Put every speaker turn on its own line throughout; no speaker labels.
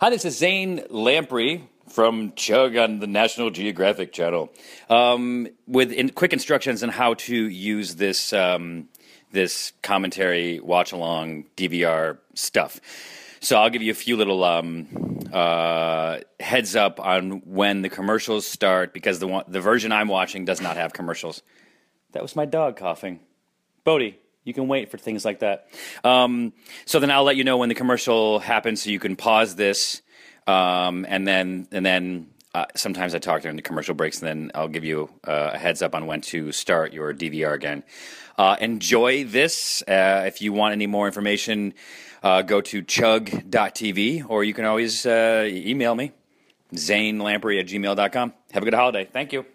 Hi, this is Zane Lamprey from Chug on the National Geographic Channel um, with in, quick instructions on how to use this um, this commentary watch along DVR stuff. So I'll give you a few little um, uh, heads up on when the commercials start because the one, the version I'm watching does not have commercials. That was my dog coughing. Bodie, you can wait for things like that. Um, so then I'll let you know when the commercial happens, so you can pause this, um, and then and then uh, sometimes I talk during the commercial breaks, and then I'll give you uh, a heads up on when to start your DVR again. Uh, enjoy this. Uh, if you want any more information, uh, go to chug.tv, or you can always uh, email me, zanelamprey at gmail.com. Have a good holiday. Thank you.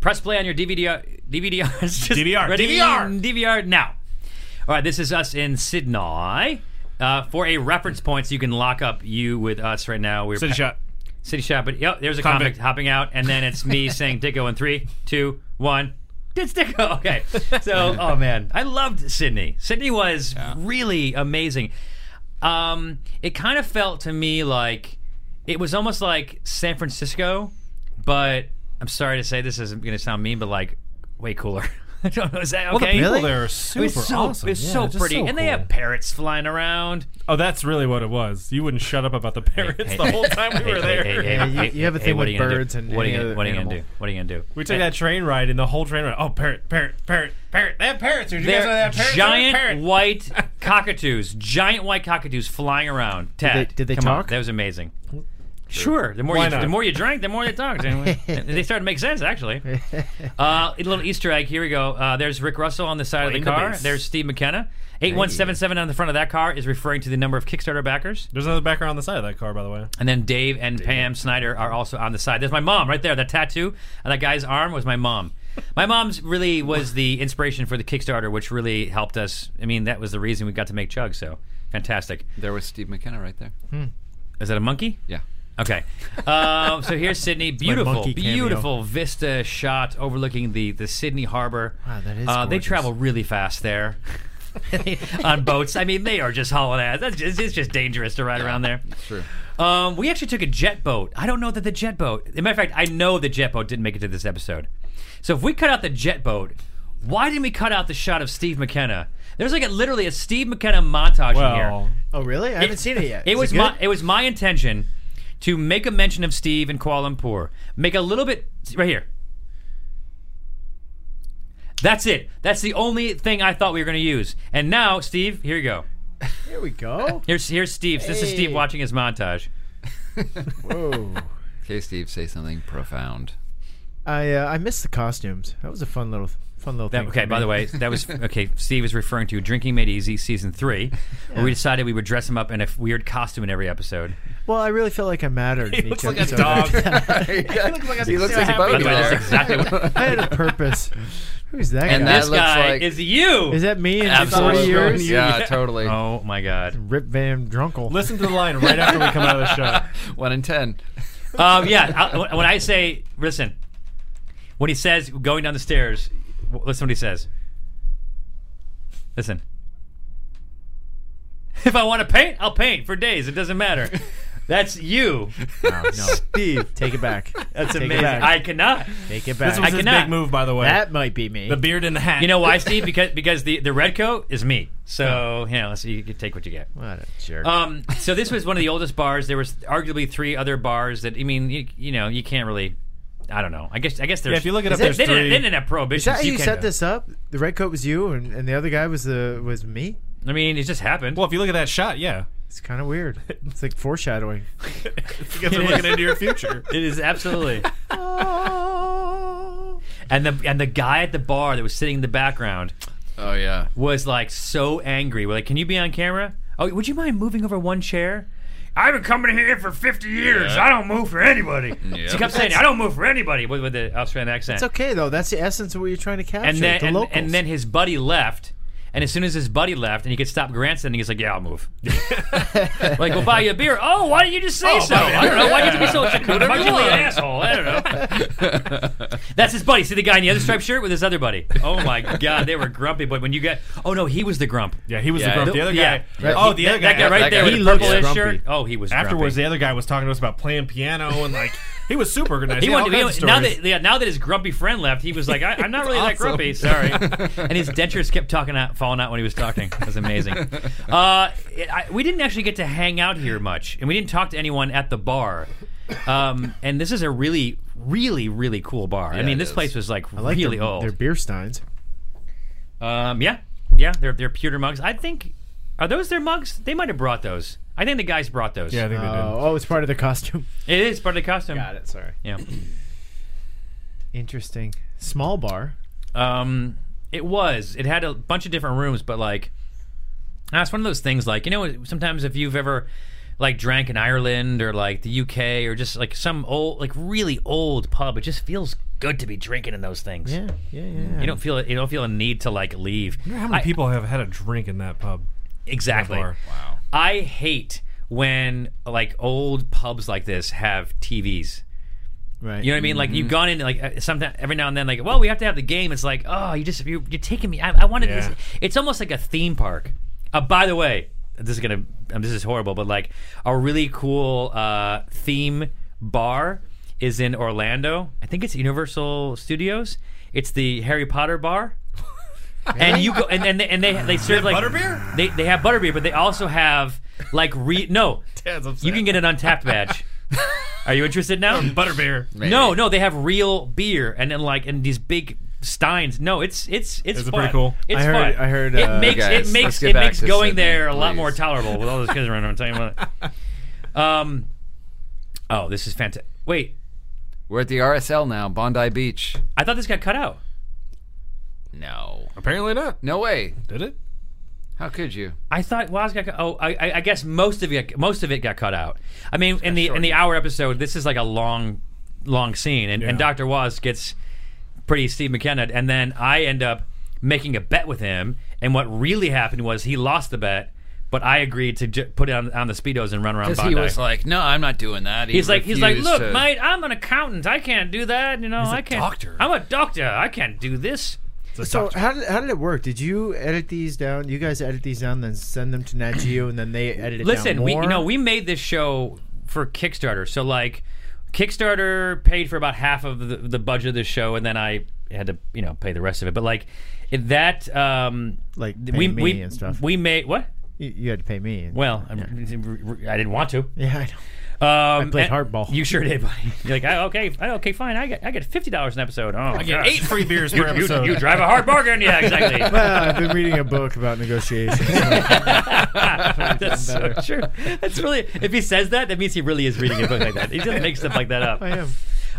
Press play on your DVD, DVDR. Just
DVR.
ready,
DVR.
DVR now.
All right, this is us in Sydney. Uh, for a reference point, so you can lock up you with us right now. We're
City shot.
City Shop. But yep, there's a convict.
Convict.
hopping out, and then it's me saying Dicko in three, two, one. It's Dicko. Okay. So, oh man, I loved Sydney. Sydney was really amazing. Um, it kind of felt to me like it was almost like San Francisco, but I'm sorry to say this isn't going to sound mean, but like way cooler. I don't know. Is that
Well, the
okay?
people there are super
It was so,
awesome.
It's
Yeah,
so
just
pretty, and they
cool.
have parrots flying around.
Oh, that's really what it was. You wouldn't shut up about the parrots
hey,
the whole time we
Hey,
were
hey,
there.
hey, hey,
Yeah,
hey,
you-
hey,
you have a
hey,
thing
what
with
are you gonna do?
birds and
what are
any
you gonna-
other
what are you gonna
animal.
do? What are you gonna do?
We took that train ride, and the whole train ride. Oh, parrot, parrot, parrot, parrot. They have parrots. Dude. You guys know they
They're
have parrots.
giant
They have parrots.
white cockatoos, giant white cockatoos flying around. Ted,
they- did they
come on,
talk?
that was amazing. Sure. The more
Why
you,
not?
the more you drank, the more they talked. And they started to make sense actually. Uh, a little Easter egg. Here we go. Uh, there's Rick Russell on the side of
Playing
the
the
car.
bass.
there's Steve McKenna. Eight one seven seven on the front of that car is referring to the number of Kickstarter backers.
There's another background on the side of that car, by the way.
And then Dave and Pam Snyder are also on the side. There's my mom right there. That tattoo on that guy's arm was my mom. My mom's really was the inspiration for the Kickstarter, which really helped us. I mean, that was the reason we got to make Chug. So fantastic.
There was Steve McKenna right there.
Hmm. Is that a monkey?
Yeah.
Okay. Um, so here's Sydney. Beautiful,
monkey cameo.
beautiful vista shot overlooking the, the Sydney harbor.
Wow, that is
Uh, they
gorgeous.
travel really fast there on boats. I mean, they are just hauling ass. That's just, it's just dangerous to ride around there.
True.
Um, we actually took a jet boat. I don't know that the jet boat. As a matter of fact, I know the jet boat didn't make it to this episode. So if we cut out the jet boat, why didn't we cut out the shot of Steve McKenna? There's like a, literally a Steve McKenna montage in here.
Well,
Oh, really? I haven't seen it yet.
It
Is
was
good?
my it was my intention to make a mention of Steve and Kuala Lumpur. Make a little bit right here. That's it. That's the only thing I thought we were going to use. And now, Steve, here you go.
Here we go.
Here's here's Steve. This is Steve
Hey.
watching his montage.
Whoa.
Okay, Steve, say something profound.
I uh, I missed the costumes. That was a fun little fun little
That-
thing.
okay,
for
by
me.
the way, that was okay. Steve is referring to Drinking Made Easy season three, where we decided we would dress him up in a weird costume in every episode.
Well, I really felt like I mattered. in each
looks like a
episode.
dog.
he looks like a
By the way, that's
boatyard.
exactly what.
I had a purpose. Who's that?
And
guy?
that
This
looks
guy
like-
is you.
Is that me in
Absolutely.
40 years?
Yeah, totally.
oh my god.
Rip Van Drunkle.
listen to the line right after we come out of the shot.
One in ten.
Um, yeah. I, when I say, listen, when he says going down the stairs, w- listen what he says. Listen. If I want to paint, I'll paint for days. It doesn't matter. That's you.
No, no. Steve, take it back.
That's
Take it
amazing.
back.
I cannot.
Take it
This
back.
was
I
his
cannot.
big move, by the way.
that might be me.
the beard and the hat.
You know why, Steve? Because because the, the red coat is me.
Oh.
So you know, so you can take what you get.
what a jerk.
Um, so this was one of the oldest bars. There was arguably three other bars that I mean, you, you know, you can't really. I don't know. I guess I guess there's.
Yeah, if you look it
Is
up,
that-
there's
they,
three.
didn't, they didn't have
Is
prohibition.
that how you set
set
this up? The red coat was you, and, and the other guy was the was me.
I mean, it just happened.
Well, if you look at that shot, yeah,
It's kind of weird. It's like foreshadowing.
because they're looking into your future.
it is absolutely. and the and the guy at the bar that was sitting in the background
Oh yeah.
was like so angry. We're like, "Can you be on camera? Oh, would you mind moving over one chair?" I've been coming here for 50 years. I don't move for anybody. She kept saying, I don't move for anybody with, with the Australian accent.
It's okay though. That's the essence of what you're trying to capture.
and then
the
and,
locals.
and then his buddy left, And as soon as his buddy left and he could stop grandstanding, he's like, "Yeah, I'll move." like, go buy you a beer. Oh, why didn't you just say so? I don't know. Why did you be so why you be an asshole? I don't know. That's his buddy. See the guy in the other striped shirt with his other buddy. Oh my god, they were grumpy. But when you got, oh no, he was the grump.
Yeah, he was
Yeah,
the grump.
the-
The other
yeah.
guy. Oh, the
That-
other guy.
that guy right
that
there
guy
with
he
the
looked
purple his
grumpy.
shirt. Oh, he was grumpy.
Afterwards, the other guy was talking to us about playing piano and like he was super nice.
He
He, had all
wanted,
kinds
he,
of
now
stories.
that yeah, now that his grumpy friend left, he was like, I, "I'm not really that grumpy." Sorry, and his dentures kept talking out, falling out when he was talking. It was amazing. Uh, I, we didn't actually get to hang out here much, and we didn't talk to anyone at the bar. Um, and this is a really, really, really cool bar. I mean,
it
this
is.
place was like,
I like
really
their,
old.
their beer steins.
Um, yeah, yeah, they're they're pewter mugs. I think are those their mugs? They might have brought those. I think the guys brought those.
yeah, I think
Uh, oh, it's part of the costume.
it is part of the costume.
it. Sorry.
Yeah.
Interesting. Small bar.
Um, it was. It had a bunch of different rooms, but like, ah, it's one of those things. Like you know, sometimes if you've ever like drank in Ireland or like the UK or just like some old, like really old pub, it just feels good to be drinking in those things.
Yeah, yeah, yeah.
You don't feel you don't feel a need to like leave.
they did. How many people have had a drink in that pub?
Exactly.
Bar.
Wow.
I hate when like old pubs like this have TVs.
right.
You know what I mean? Like you've gone in like uh, sometimes every now and then like, well, we have to have the game. It's like, oh, you just you're, you're taking me. I, I wanted
Yeah.
this. It's almost like a theme park. Uh, by the way, this is gonna um, this is horrible, but like a really cool uh, theme bar is in Orlando. I think it's Universal Studios. It's the Harry Potter bar. And you go and and they and they, they serve like
butterbeer?
They they have butterbeer, but they also have like re no. You can get an untapped badge. Are you interested now?
Butterbeer.
No, no, they have real beer and then like and these big steins. No, it's it's it's,
Is it
fun.
pretty cool?
It's
I heard-
fun.
I heard,
It
uh,
makes
Okay,
it
let's- let's
makes
get
it
back
makes
to
going
Sydney,
there a lot
please.
more tolerable with all those kids around. I'm telling you about. It. Um, oh, this is fantastic. Wait,
We're at the RSL now, Bondi Beach.
I thought this got cut out.
No.
Apparently not.
No way.
Did it?
How could you?
I thought Woz got. Oh, I, I- I guess most of it, most of it got cut out. I mean, in the in the hour episode, this is like a long, long scene, and, and
Yeah.
Doctor Woz gets pretty Steve McKenna, and then I end up making a bet with him, and what really happened was he lost the bet, but I agreed to j- put it on, on the speedos and run around.
Because
Bondi.
he was like, no, I'm not doing that. He
He's like, he's like,
refused
look,
to-
mate, I'm an accountant. I can't do that. You know, I can't.
doctor.
I'm a doctor. I can't do this.
It's a
So
doctor.
how did, how did it work? Did you edit these down? You guys edit these down, then send them to Nat Geo, and then they edit it
Listen,
down
we
more?
you know we made this show for Kickstarter, so like Kickstarter paid for about half of the, the budget of the show, and then I had to you know pay the rest of it. But like it- that, um,
Like,
we
pay me
we
and stuff.
we made what?
you, you had to pay me. and-
Well, I'm- I didn't want to.
yeah, I know.
Um,
played
and-
hardball.
You sure did, buddy. You're like, I, okay, I, okay, fine. I get I get fifty dollars an episode. Oh, I
Yeah, eight free beers per
You,
episode.
you drive a hard bargain. Yeah, exactly.
Well, I've been reading a book about negotiations.
That's so true. That's really. If he says that, that means he really is reading a book like that. He just makes stuff like that up.
I am.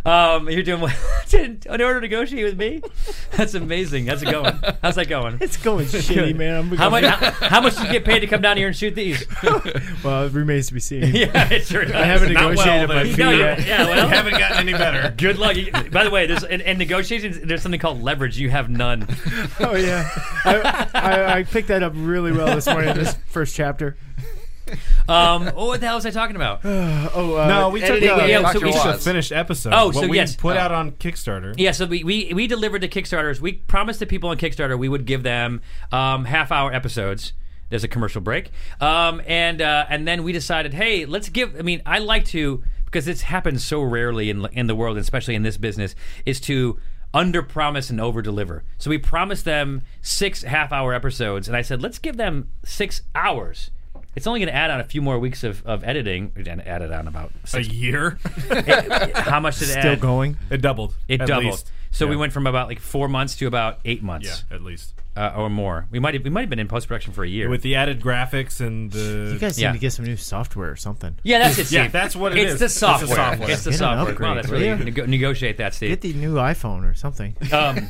Um, you're doing well in order to negotiate with me. That's amazing. How's it going? How's that going?
It's going shitty, man. I'm
How much?
becoming-
How, how much do you get paid to come down here and shoot these?
Well, it remains to be seen.
yeah, it sure does.
I haven't
Not
negotiated
well,
my
but-
fee
No,
yet.
you- Yeah, well,
You haven't gotten any better.
Good luck. You- By the way, there's in, in negotiations, there's something called leverage. You have none.
Oh yeah, I, I, I picked that up really well this morning. This first chapter.
Um, oh, what the hell was I talking about?
Oh uh,
No, we took
editing
uh,
it out.
yeah,
so
Dr.
we
the
Watts.
finished episode.
Oh,
what
so
we
yes.
put out on Kickstarter.
Yeah, so we, we, we delivered to Kickstarters. We promised the people on Kickstarter we would give them um, half hour episodes. There's a commercial break, um, and uh, and then we decided, hey, let's give. I mean, I like to because it's happened so rarely in in the world, especially in this business, is to under promise and over deliver. So we promised them six half hour episodes, and I said, let's give them six hours. It's only going to add on a few more weeks of, of editing, and added on about
A
six.
year?
how much did it
still
add?
going.
it doubled.
It
at
doubled.
least.
So we
Yeah.
went from about like four months to about eight
Yeah,
months
at least.
uh, or more. We might have, we might have been in post production for a year.
With the added graphics and the.
You guys
Yeah.
need to get some new software or something.
yeah, that's it. Steve.
Yeah, that's what it
it's
is.
The
It's the
software.
software.
It's the
Get an
software. Wow,
upgrade,
that's really
yeah.
nego- negotiate that,
Get
Steve.
the new iPhone or something.
Um,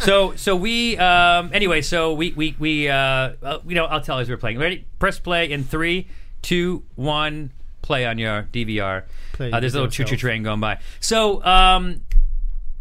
so so we um, anyway. So we we we uh, uh, you know I'll tell as we're playing. Ready? Press play in three, two, one. Play on your DVR.
Play
uh, there's a little
yourself.
choo-choo train going by. So um,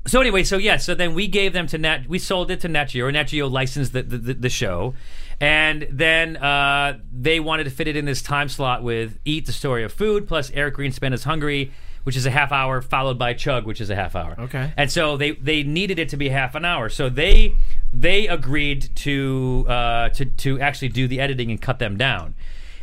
So anyway, so yeah, so then we gave them to Nat. We sold it to Nat Geo. or Nat Geo licensed the the, the, the show, and then uh, they wanted to fit it in this time slot with "Eat the Story of Food" plus Eric Greenspan is hungry, which is a half hour, followed by Chug, which is a half hour.
Okay.
And so they they needed it to be half an hour, so they they agreed to uh, to to actually do the editing and cut them down.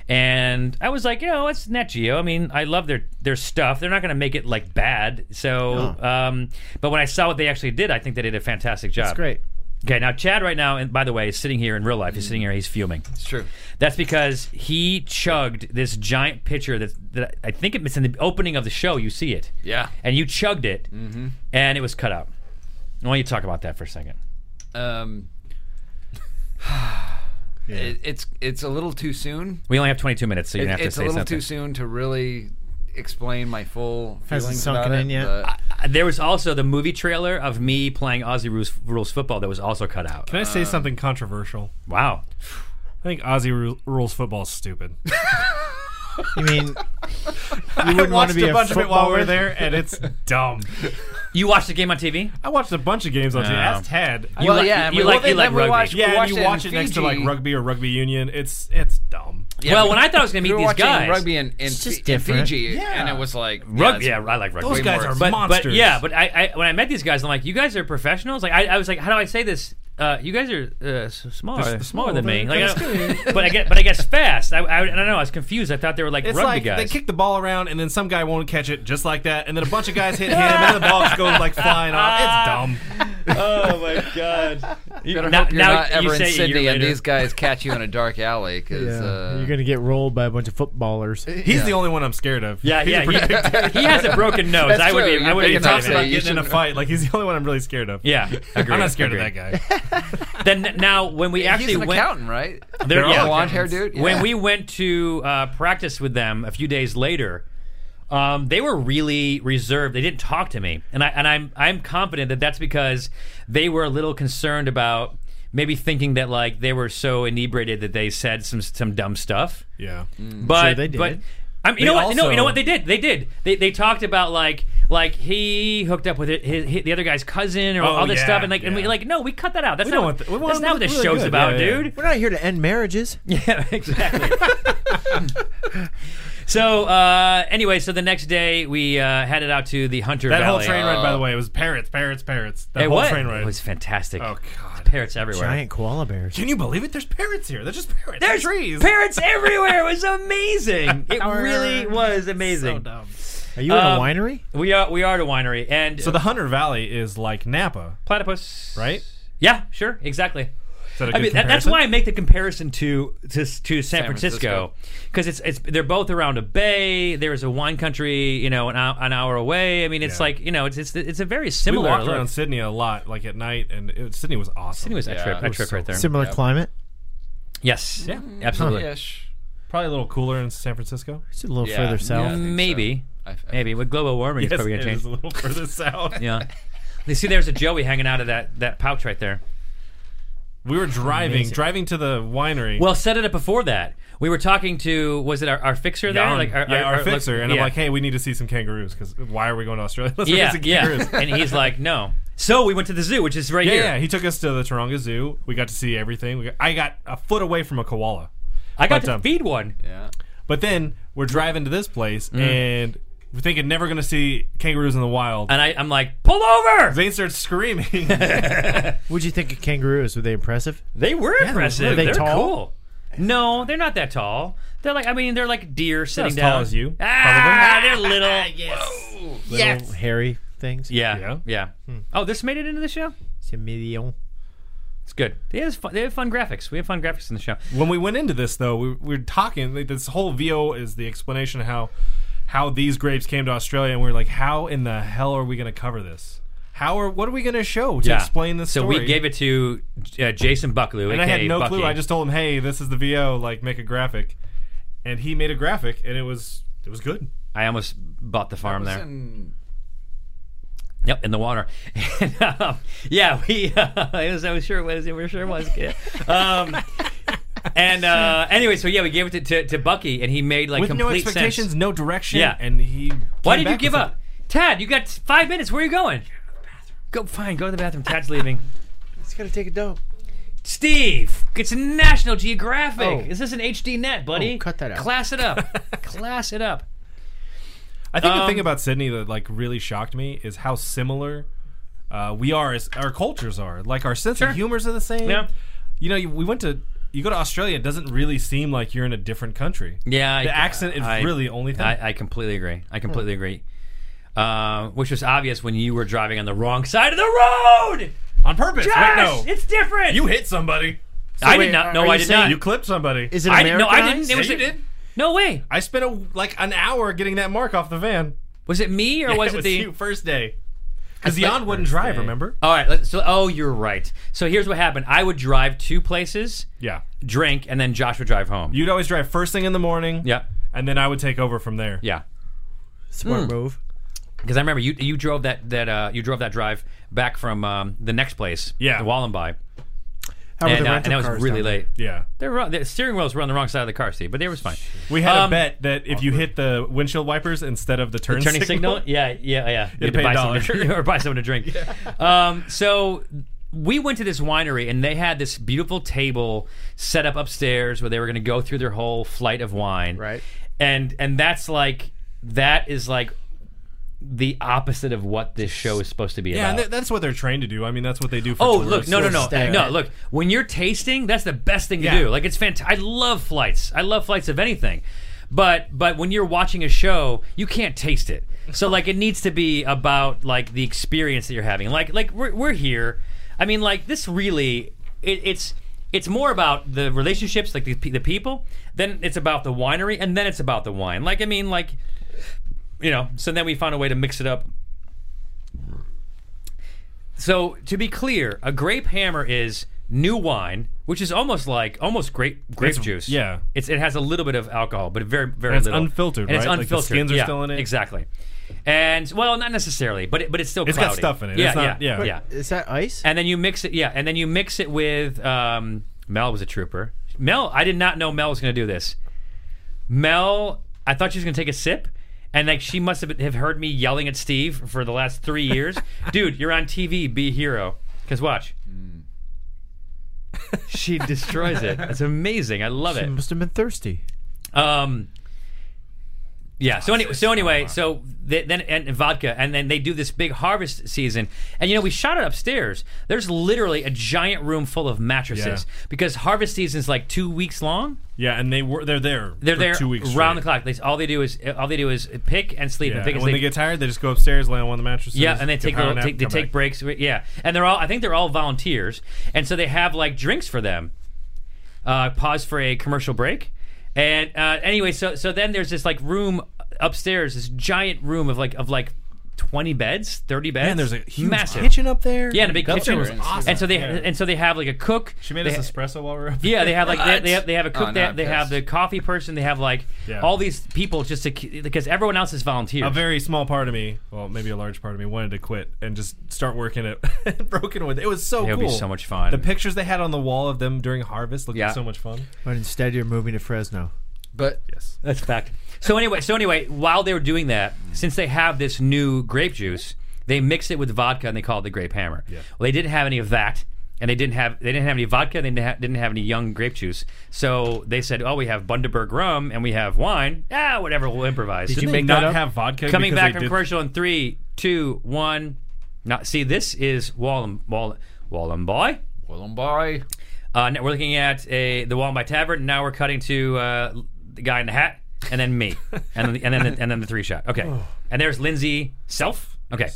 And I was like, you know, it's Net Geo. I mean, I love their their stuff. They're not going to make it like bad. So, um, but when I saw what they actually did, I think they did a fantastic job.
It's great.
Okay, now Chad, right now, and by the way, is sitting here in real life. He's sitting here. He's fuming.
It's true.
That's because he chugged this giant pitcher that, that I think it's in the opening of the show. You see it.
Yeah.
And you chugged it,
Mm-hmm.
and it was cut out. I want you to talk about that for a second.
Um, it, it's it's a little too soon.
We only have 22 minutes, so you're gonna have
it's
to
a
say
little
something.
too soon to really explain my full
Hasn't
feelings
sunken
about it,
in yet?
but-
Uh, There was also the movie trailer of me playing Aussie rules, rules football that was also cut out.
Can I say something controversial?
Wow.
I think Aussie ru- rules football is stupid.
You mean you
I
wouldn't want
watched
to be
a bunch of it while we
footballer?
we're there, and it's dumb.
You watched the game on TV?
I watched a bunch of games on TV.
No.
Ask Ted. I-
Well,
li-
yeah,
you
well,
like-
they-
you like
then we
rugby.
watched-
yeah, and
watched
you
it
watch it
in
next to
Fiji.
like rugby or rugby union. It's it's dumb.
Yeah,
well,
we-
when I thought I was going to
we
meet
were
these
watching
guys.
rugby in, in,
just
Fi- in
different.
Fiji,
Yeah.
and it was like
Rug-
yeah,
yeah,
it's-
I like rugby.
Those
Way
guys
more-
are
but,
monsters.
But yeah, but I, I when I met these guys, I'm like, you guys are professionals. Like I, I was like, how do I say this? Uh, you guys are uh, s- smaller,
They're s-
smaller than
smaller
me.
than
Like, I
us,
don't- but I get, but I guess fast. I, I, I don't know. I was confused. I thought they were like
It's
rugby
like
guys.
they kick the ball around, and then some guy won't catch it just like that, and then a bunch of guys hit him, and then the ball just goes like flying off. It's dumb.
oh my god! You,
Better
now,
hope you're
now
not
you say
ever in
a year
Sydney and
later.
these guys catch you in a dark alley because
Yeah.
uh,
You're gonna get rolled by a bunch of footballers.
He's
Yeah.
the only one I'm scared of.
Yeah,
He's a
yeah.
pretty-
He, he has a broken nose.
That's
I would
true.
be. I
You're
would be
big enough
talking
so
about
you
getting in a
shouldn't-
fight. Like he's the only one I'm really scared of.
Yeah,
I'm not scared
Agreed.
of that guy.
Then now, when we actually
He's an
went,
accountant, right?
They're
They're all
all
blonde hair
accountants.
dude.
when
Yeah.
we went to uh, practice with them a few days later, um, they were really reserved. They didn't talk to me, and I and I'm I'm confident that that's because they were a little concerned about maybe thinking that like they were so inebriated that they said some some dumb stuff.
Yeah.
But
Sure they did.
but I'm, you
They
know what? no, you
also-
know what they did. They did. They they talked about like like he hooked up with his, his, the other guy's cousin or
Oh,
all this
yeah,
stuff, and like and
yeah.
we like no, we cut that out. That's
We
not
don't
what,
want that. We want
that's not what this
really
show's
good.
about,
Yeah, yeah.
dude.
We're not here to end marriages.
Yeah, exactly. so uh, anyway, so the next day we uh, headed out to the Hunter
That
Valley.
whole train ride, by the way, was parrots, parrots, parrots. That
It
whole
was,
train ride.
Oh. it was fantastic.
oh god.
Parrots everywhere.
Giant koala bears.
Can you believe it? There's parrots here. They're just parrots.
There's
They're trees.
Parrots everywhere. It was amazing. It really was
So
amazing.
dumb.
Are you in a
Um,
winery?
we are we are at a winery and
So the Hunter Valley is like Napa,
platypus.
right?
Yeah, sure, exactly.
Is that a
I
good
mean, that, that's
comparison?
why I make the comparison to to, to San, Francisco
Francisco.
because it's it's they're both around a bay. There is a wine country, you know, an, hou- an hour away. I mean, it's
Yeah.
like you know, it's it's it's a very
we
similar.
walked
look.
around Sydney a lot, like at night, and it, Sydney was awesome.
Anyways, I
Yeah,
trip,
it
I
was
trip
so
right there.
Similar climate.
Yes,
Yeah.
absolutely.
Ish.
probably a little cooler in San Francisco.
It's a little
Yeah.
further south.
Yeah. I think so.
Maybe,
I- I-
maybe with global warming, it's probably gonna
it
change.
is a little further south.
Yeah, you see, there's a Joey hanging out of that that pouch right there.
We were driving, driving to the winery.
Well, set it up before that. We were talking to was it our, our fixer there?
Yarn.
Like
yeah, our,
like-
fixer, and I'm
yeah.
like, hey, we need to see some kangaroos because why are we going to Australia? Let's go
yeah,
see some
yeah.
kangaroos.
and he's like, no. So we went to the zoo, which is right
Yeah,
here.
yeah, he took us to the Taronga Zoo. We got to see everything. We got, I got a foot away from a koala,
I got
But,
to
um,
feed one.
Yeah.
but then we're driving to this place
Mm.
and we're thinking never going to see kangaroos in the wild.
And I, I'm like, pull over!
Zane starts screaming.
What'd you think of kangaroos? Were they impressive?
They were impressive.
were. They
are
tall?
cool. No, they're not that tall. They're like, I mean, they're like deer sitting
as
down.
tall as you,
Ah, they're little. yes.
Little hairy things.
Yeah, yeah.
Yeah. Hmm.
Oh, this made it into the show?
Chameleon.
It's good. They have fun, they have fun graphics. We have fun graphics in the show.
when we went into this though, we, we were talking. Like, this whole VO is the explanation of how how these grapes came to Australia, and we are like, how in the hell are we going to cover this? How are what are we going to show to
Yeah.
explain this?
So
story?
we gave it to uh, Jason Bucklew,
and I
aka
had no
Bucky.
clue. I just told him, hey, this is the VO. Like, make a graphic, and he made a graphic, and it was it was good.
I almost bought the farm there.
And
Yep, in the water. And, um, yeah, we. Uh, it was. I was sure it was. It was sure was. Yeah. Um, and uh, anyway, so yeah, we gave it to, to, to Bucky, and he made like
With no
complete
expectations,
sense.
no direction.
Yeah.
and he.
Why
came
did you
back
give
with
up, Tad? You got five minutes. Where are you going? Go fine. Go to the bathroom. Tad's leaving.
He's gotta take a dope.
Steve, it's National Geographic.
Oh.
Is this an HD net, buddy?
Oh, cut that out.
Class it up. Class it up.
I think the
Um,
thing about Sydney that like really shocked me is how similar uh, we are as our cultures are. Like our sense
Sure.
of humors are the same.
Yeah.
You know, you, we went to you go to Australia, it doesn't really seem like you're in a different country.
Yeah,
The accent is really the only thing.
I, I completely agree. I completely agree. Uh, which was obvious when you were driving on the wrong side of the road.
On purpose.
Josh,
Wait, no.
it's different.
you hit somebody.
I
wait,
did not.
are-
No,
are
I
you
did
saying
not.
You clipped somebody.
Is it
I didn't-
American?
no, I didn't- it
Yeah,
was-
you did.
no way.
I spent a, like an hour getting that mark off the van.
Was it me or was it,
was
the?
you first day? Because
I
Jan
thought
wouldn't
first
drive,
day.
remember?
All right. Let's, so, oh, you're right. So here's what happened. I would drive two places,
Yeah.
drink, and then Josh would drive home.
You'd always drive first thing in the morning.
yeah,
And then I would take over from there.
yeah. Mm.
Smart move.
Because I remember you you drove that that uh, you drove that drive back from um, the next place,
Yeah.
the Wallenby,
How were
and,
the
uh,
rental
and that was
cars
really
down there?
late.
Yeah.
They were, the steering wheels were on the wrong side of the car, Steve, but they were fine.
We had
Um,
a bet that if you hit the windshield wipers instead of the turn
Turning signal? Yeah, yeah, yeah. You
pay a
someone to- or buy someone to drink. Um, so we went to this winery and they had this beautiful table set up upstairs where they were going to go through their whole flight of wine.
Right.
And and that's like that is like the opposite of what this show is supposed to be
Yeah,
about.
and th- that's what they're trained to do. I mean, that's what they do. for
Oh, look,
tourists.
no, no, no,
stagger.
no. Look, when you're tasting, that's the best thing to
Yeah.
do. Like it's fantastic. I love flights. I love flights of anything. But but when you're watching a show, you can't taste it. So like it needs to be about like the experience that you're having. Like like we're we're here. I mean like this really it, it's it's more about the relationships, like the pe- the people. Then it's about the winery, and then it's about the wine. Like I mean like you know. So then we found a way to mix it up. So to be clear, a grape hammer is new wine, which is almost like almost grape grape
It's-
juice.
yeah.
it's it has a little bit of alcohol, but very very
And it's
little.
unfiltered,
and It's
right? Like, the
unfiltered.
skins are
yeah,
still in it?
Exactly. And well, not necessarily, but it, but it's still
It's got
cloudy.
stuff in it.
Yeah,
It's not-
yeah,
yeah.
yeah.
Is that ice?
And then you mix it. Yeah, and then you mix it with um, Mel was a trooper. Mel, I did not know Mel was going to do this. Mel, I thought she was going to take a sip. And like she must have, have heard me yelling at Steve for the last three years, dude. You're on TV, be a hero. Cause watch, she destroys it. It's amazing. I love
She
it.
must have been thirsty.
Um, yeah. So anyway, so anyway, so they, then and, and vodka, and then they do this big harvest season, and you know we shot it upstairs. There's literally a giant room full of mattresses
Yeah.
because harvest season is like two weeks long.
Yeah, and they were they're there.
They're
for
there
two weeks
round the
straight.
clock. They, all they do is all they do is pick and sleep
Yeah,
and pick
and
and
when
sleep.
they get tired, they just go upstairs, lay on one of the mattresses.
Yeah, and they take
their
little, take, they take breaks. Yeah, and they're all I think they're all volunteers, and so they have like drinks for them. Uh, pause for a commercial break, and uh, anyway, so so then there's this like room upstairs, this giant room of like of like twenty beds, thirty beds.
And there's a huge
massive
kitchen up there.
Yeah, and a big
That
kitchen.
was awesome.
And so they
Yeah.
and so they have like a cook.
she made
They-
us espresso while we were up there.
yeah, they have like they, they have they have a
Oh,
cook.
no,
they
I'm
have, they have
pissed.
the coffee person. They have like
Yeah.
all these people just to because everyone else is volunteers.
A very small part of me, well, maybe a large part of me, wanted to quit and just start working at Brokenwood. It was so
It would be
cool.
so much fun.
The pictures they had on the wall of them during harvest looked
Yeah.
so much fun.
But instead, you're moving to Fresno.
But
Yes.
That's fact. So anyway, so anyway, while they were doing that, since they have this new grape juice, they mix it with vodka and they call it the grape hammer.
Yeah.
Well, they didn't have any of that, and they didn't have they didn't have any vodka. They didn't have, didn't have any young grape juice. So they said, "Oh, we have Bundaberg rum and we have wine. Ah, whatever, we'll improvise."
Did you
Didn't they
make that
not
up?
have vodka?
Coming
because
back
they
from
did-
commercial in three, two, one. Now, see, this is Wallum Wall Wallum Boy.
Wollumbai,
Uh, now we're looking at a, the Wallby Tavern. and Now we're cutting to uh, the guy in the hat, and then me, and then and then and then the three shot. Okay, and there's Lindsay Self. Okay,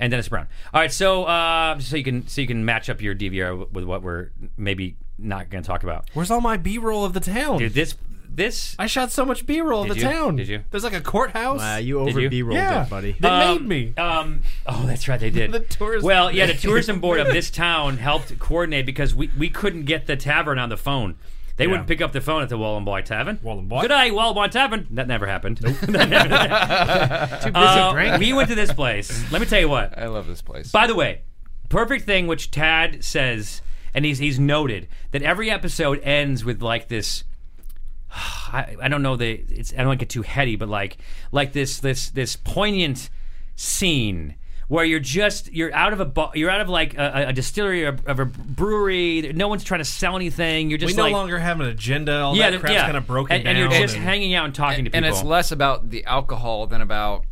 and Dennis Brown. All right, so uh, so you can so you can match up your DVR with what we're maybe not going to talk about.
Where's all my B roll of the town?
Dude, this this
I shot so much B roll of the
Did you?
town.
Did you?
There's like a courthouse.
Wow, Uh, you
Did you?
over B rolled
yeah,
it, buddy.
They
Um,
made me.
Um, oh, that's right, they did.
The tourism-
well, yeah, the tourism board of this town helped coordinate because we, we couldn't get the tavern on the phone. They wouldn't pick up the phone at the Wallenboy Tavern.
Wallenboy.
Good day, Wallenboy Tavern. That never happened.
Too busy
Uh,
drinking.
we went to this place. Let me tell you what.
I love this place.
By the way, perfect thing which Tad says, and he's he's noted that every episode ends with like this. I, I don't know the it's I don't want to get too heady, but like like this this this poignant scene where you're just you're out of a bu- you're out of like a, a distillery or of a brewery. No one's trying to sell anything. You're just
we no
like
longer have an agenda. All
yeah,
that
th-
crap's
yeah.
kind of broken
and,
down.
and you're just
and-
hanging out and talking to people.
and it's less about the alcohol than about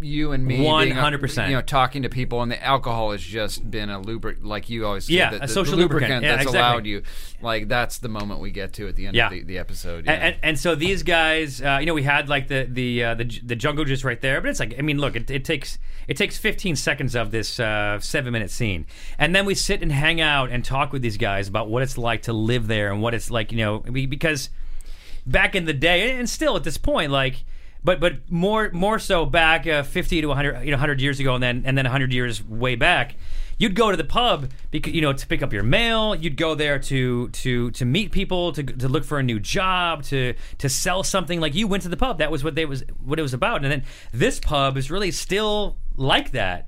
you and me being a-
100%.
you know talking to people and the alcohol has just been a lubricant like you always
Yeah,
the,
a
the- the
social lubricant. Yeah,
that's
exactly.
allowed you like that's the moment we get to at the end
Yeah.
of the, the episode
And, and, and so these guys, uh, you know, we had like the the, uh, the j- the jungle juice right there, but it's like, I mean, look, it, it takes it takes 15 seconds of this uh, seven minute scene, and then we sit and hang out and talk with these guys about what it's like to live there and what it's like, you know, we- because back in the day, and still at this point, like, but but more more so back uh, 50 to 100, you know, 100 years ago, and then and then 100 years way back. You'd go to the pub because you know to pick up your mail. You'd go there to to to meet people, to, to look for a new job, to to sell something. Like you went to the pub. That was what they was what it was about. And then this pub is really still like that.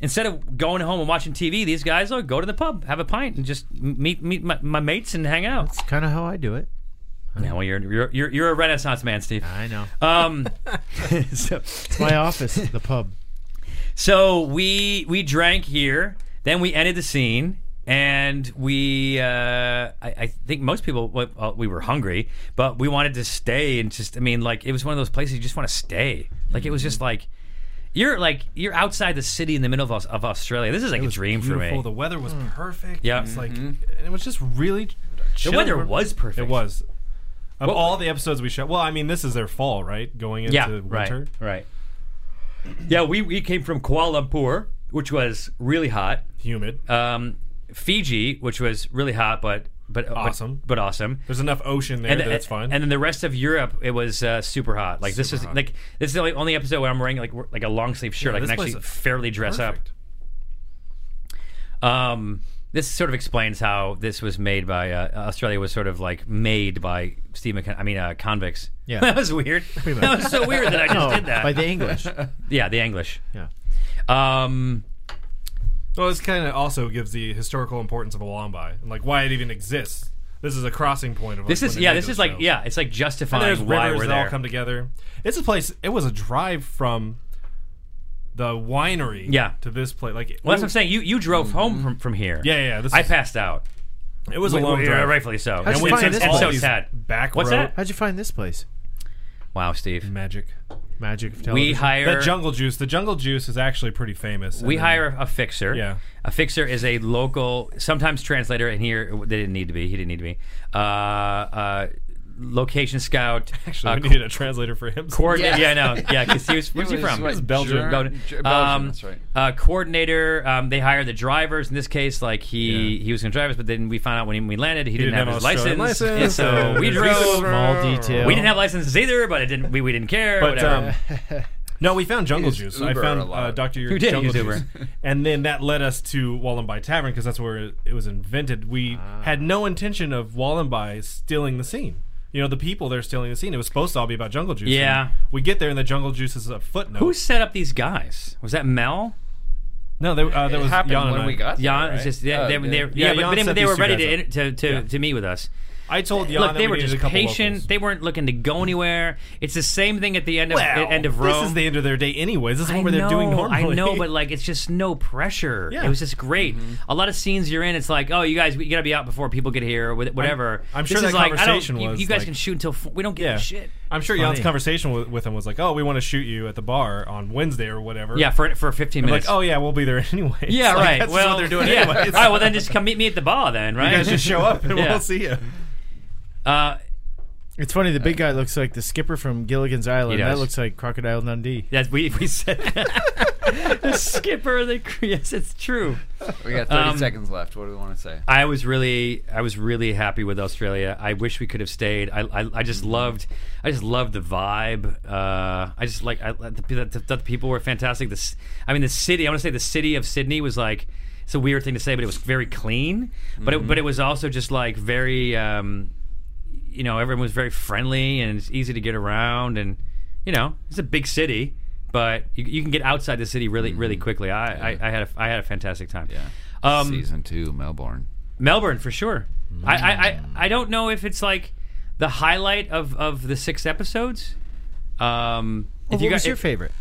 Instead of going home and watching TV, these guys oh, go to the pub, have a pint, and just meet meet my, my mates and hang out.
It's kind of how I do it.
Yeah, well, you're you're you're, you're a Renaissance man, Steve.
I know.
Um, so,
It's my office, the pub.
so we we drank here, then we ended the scene, and we uh, I, I think most people well, uh, we were hungry, but we wanted to stay and just I mean like it was one of those places you just want to stay. Like it was just like you're like you're outside the city in the middle of, Aus- of Australia. This is like a dream for me.
beautiful. The weather was perfect.
Yeah.
it's like and it was just really.
The
chill.
weather was perfect.
It was. Of all the episodes we shot, well, I mean, this is their fall, right? Going into
yeah,
winter.
right, right. Yeah, we we came from Kuala Lumpur, which was really hot.
humid.
um, Fiji, which was really hot, but but but-
Awesome.
but, awesome.
There's enough ocean there that it's fine.
and then the rest of Europe, it was uh, super hot. Like this
Super
is
hot.
like this is the only, only episode where I'm wearing like w- like a long sleeve shirt.
Yeah,
I can
this place
actually
is
fairly dress
Perfect.
up. Um, this sort of explains how this was made by uh, Australia was sort of like made by Steve McCon- I mean uh, convicts.
Yeah.
that was weird. That was so weird that I just
No,
did that.
by the English.
yeah, the English.
Yeah.
Um,
Well, this kind of also gives the historical importance of Wollombi and like why it even exists. This is a crossing point of like,
this is
when they
yeah,
made
this
those
is like
shows.
yeah, it's like
And
justifying
there's
why
rivers
we're
that
there.
all come together. It's a place. It was a drive from the winery.
Yeah.
to this place. Like
Well, that's what I'm saying. You you drove home from, from here.
Mm-hmm. Yeah, yeah, this
I
is-
passed out.
It was a
Well,
long
yeah,
drive.
rightfully so.
How'd
And
you
we-
find
it's,
this
it's so
place?
sad.
Back
What's
road.
that?
How'd you find this place?
Wow, Steve.
Magic.
Magic of television.
We hire
That jungle juice. The jungle juice is actually pretty famous.
we
And
hire a fixer.
Yeah.
A fixer is a local, sometimes translator. And here they didn't need to be. He didn't need to be. Uh, uh, location scout.
Actually,
uh,
we needed a translator for him.
coordinator. Yeah,
Yeah.
I know. Yeah, because he was. Where's he
was,
from?
what,
He was
Ger-
Belgium.
Ger- Belgium,
Um,
that's right.
Uh, coordinator. Um, they hired the drivers. In this case, like he he was going to drive us, but then we found out when we landed, he, didn't, have,
didn't have
his
Australian
license.
license.
And so we
Yeah.
drove.
Small detail.
We didn't have licenses either, but it didn't. We, we didn't care.
But
whatever.
um, no, we found Jungle
Use
Juice. I
Uber
found
a lot.
uh, Doctor
You did
Jungle
use
Juice,
Uber.
and then that led us to Wallenby Tavern because that's where it, it was invented. We
Ah.
had no intention of Wallenby stealing the scene. You know, the people they're stealing the scene. It was supposed to all be about Jungle Juice.
Yeah.
And we get there and the Jungle Juice is a footnote.
who set up these guys? Was that Mel?
no, there, uh, there
it
was
happened
Jan and
when
I.
we got there,
Yeah,
right?
it's just they,
Oh,
they,
yeah.
they, yeah,
Uh, Jan
but,
set
but they
these
were
two
ready
guys
to, in- to to to meet with us.
I told Jan
Look,
that
they
we
were
needed
just
a couple
patient.
locals.
They weren't looking to go anywhere. It's the same thing at the end of
Well,
end of Rome.
This is the end of their day, anyways. This is
I
what they're doing
know,
normally.
I know, but like it's just no pressure.
Yeah. Mm-hmm.
It was just great. A lot of scenes you're in, it's like, oh, you guys, you gotta be out before people get here or wh- whatever.
I'm- I'm
This
sure that
is like, I don't-
conversation
you-
was,
You guys
like-
can shoot until f- we don't give
Yeah.
a shit.
I'm sure
Funny.
Jan's conversation with, with him was like, "Oh, we want to shoot you at the bar on Wednesday or whatever."
Yeah, for for 15
I'm
minutes.
like, "Oh yeah, we'll be there anyway."
yeah,
Like,
right.
That's
well,
what they're doing
yeah.
anyways.
All right, well then just come meet me at the bar then, right?
You guys just show up and
Yeah.
we'll see you.
uh,
It's funny. The big guy looks like the skipper from Gilligan's Island.
does.
That looks like Crocodile Dundee.
that's we we said that. the skipper, of the cr- yes, it's true.
we got 30
um,
seconds left what do we want to say
I was really, I was really happy with Australia. I wish we could have stayed. I, I, I
Mm-hmm.
just loved, I just loved the vibe. Uh, I just like I, the, the, the people were fantastic. This, I mean, the city. I want to say the city of Sydney was like, it's a weird thing to say, but it was very clean. But it,
Mm-hmm.
but it was also just like very, um, you know, everyone was very friendly and it's easy to get around. And you know, it's a big city, but you, you can get outside the city really, really quickly. I, I, I had a, I had a fantastic time.
Mm-hmm. Yeah.
Um,
season two melbourne
Melbourne for sure. I, I, I, I don't know if it's like the highlight of, of the six episodes. Um, if
what
you got-
was your
if-
favorite?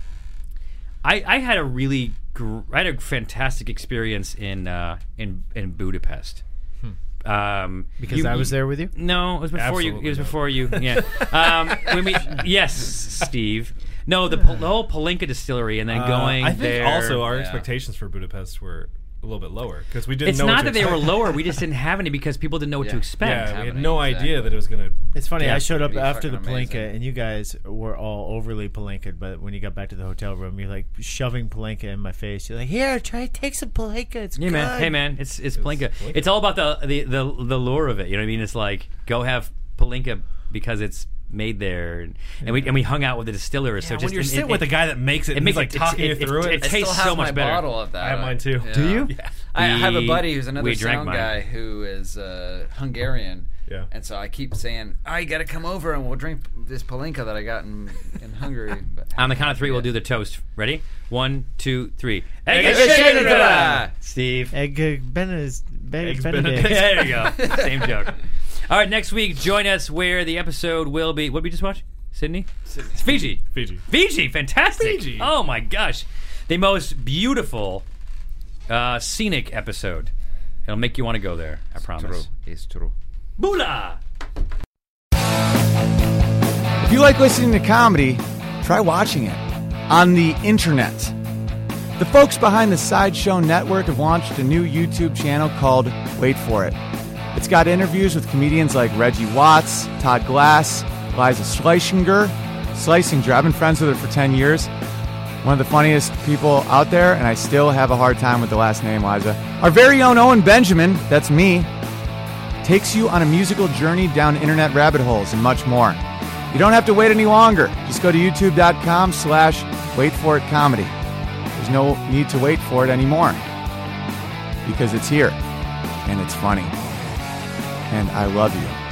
I, I had a really gr- I had a fantastic experience in uh, in in Budapest.
Hmm.
Um,
because
you-
I was
you-
there with you.
No, it was before you.
Absolutely
It was
not.
before you. Yeah. Um, when we, yes, Steve. No, the, pol- the whole Palinka distillery, and then going
Uh, I think
there.
also our
yeah.
expectations for Budapest were a little bit lower because we didn't.
it's
know what
not
to
that they were
expect.
lower. We just didn't have any because people didn't know what to
Yeah.
expect.
Yeah, we had
happening,
no idea
exactly.
that it was gonna.
It's funny.
Yeah.
I showed up
It'd be
after the
fucking
Palenka,
amazing.
and you guys were all overly Palenka. But when you got back to the hotel room, you're like shoving Palenka in my face. You're like, "Here, try take some Palenka. It's
Hey man,
good."
hey man, it's it's Palinka. It's all about the, the the the lure of it. You know what I mean? It's like go have Palinka because it's made there, and, and we and we hung out with the distiller. so just
when you're
it-
sitting
it-
with the guy that makes it,
it
and he's
makes
like
it-
talking
it-
you
it-
through it.
it-
I still
tastes
have
so much
my
better.
bottle of that.
I have mine too.
Yeah.
Do
you?
I I have a
We-
buddy who's another
we drank
sound
mine.
guy who is uh, Hungarian.
Yeah.
And so I keep saying, "Oh, you got to come over and we'll drink this palinka that I got in, in Hungary." But,
On the count of three, we'll do the toast. Ready? One, two, three.
Egg-a-shakadada!
Steve.
Egg Benedict. Egg
Eggs
Benedict.
Benedict.
There you go. Same joke. All right, next week, join us where the episode will be. What did we just watch? Sydney? It's Fiji.
Fiji.
Fiji, fantastic.
Fiji.
Oh my gosh. The most beautiful uh, scenic episode. It'll make you want to go there, I promise.
It's true.
Bula!
If you like listening to comedy, try watching it on the internet. The folks behind the Sideshow Network have launched a new YouTube channel called Wait For It. It's got interviews with comedians like Reggie Watts, Todd Glass, Liza Schleichinger, Schlesinger. I've been friends with her for 10 years. One of the funniest people out there, and I still have a hard time with the last name, Liza. Our very own Owen Benjamin, that's me, takes you on a musical journey down internet rabbit holes and much more. You don't have to wait any longer. Just go to youtube.com slash wait for it comedy. There's no need to wait for it anymore because it's here and it's funny. And I love you.